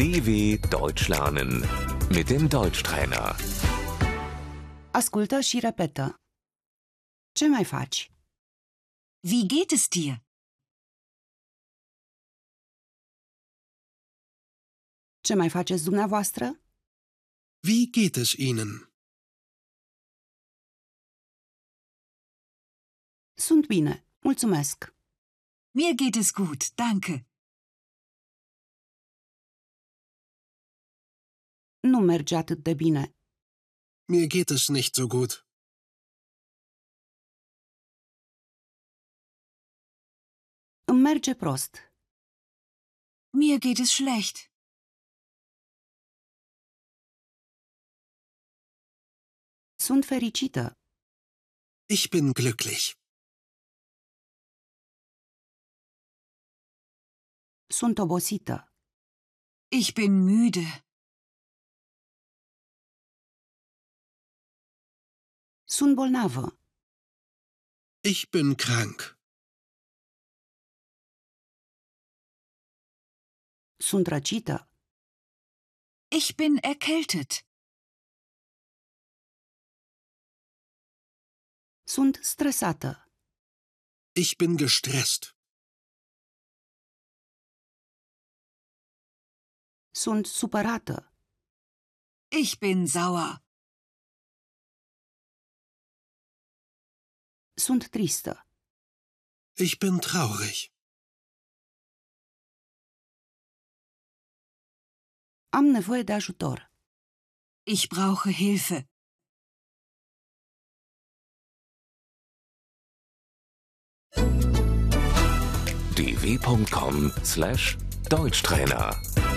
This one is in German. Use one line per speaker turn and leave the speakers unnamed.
DW Deutsch lernen mit dem Deutschtrainer.
Ascultă și repetă. Ce mai faci?
Wie geht es dir?
Ce mai faceți dumneavoastră?
Wie geht es Ihnen?
Sunt bine, mulțumesc.
Mir geht es gut, danke.
Nu merge atât de bine.
Mir geht es nicht so gut.
Îmi merge prost.
Mir geht es schlecht.
Sunt fericită.
Ich bin glücklich.
Sunt obosită.
Ich bin müde.
Sunt bolnavă.
Ich bin krank.
Sunt răcită.
Ich bin erkältet.
Sunt stresată.
Ich bin gestresst.
Sunt supărată.
Ich bin sauer.
Sunt tristă.
Ich bin traurig.
Am nevoie de ajutor.
Ich brauche Hilfe.
dw.com/deutschtrainer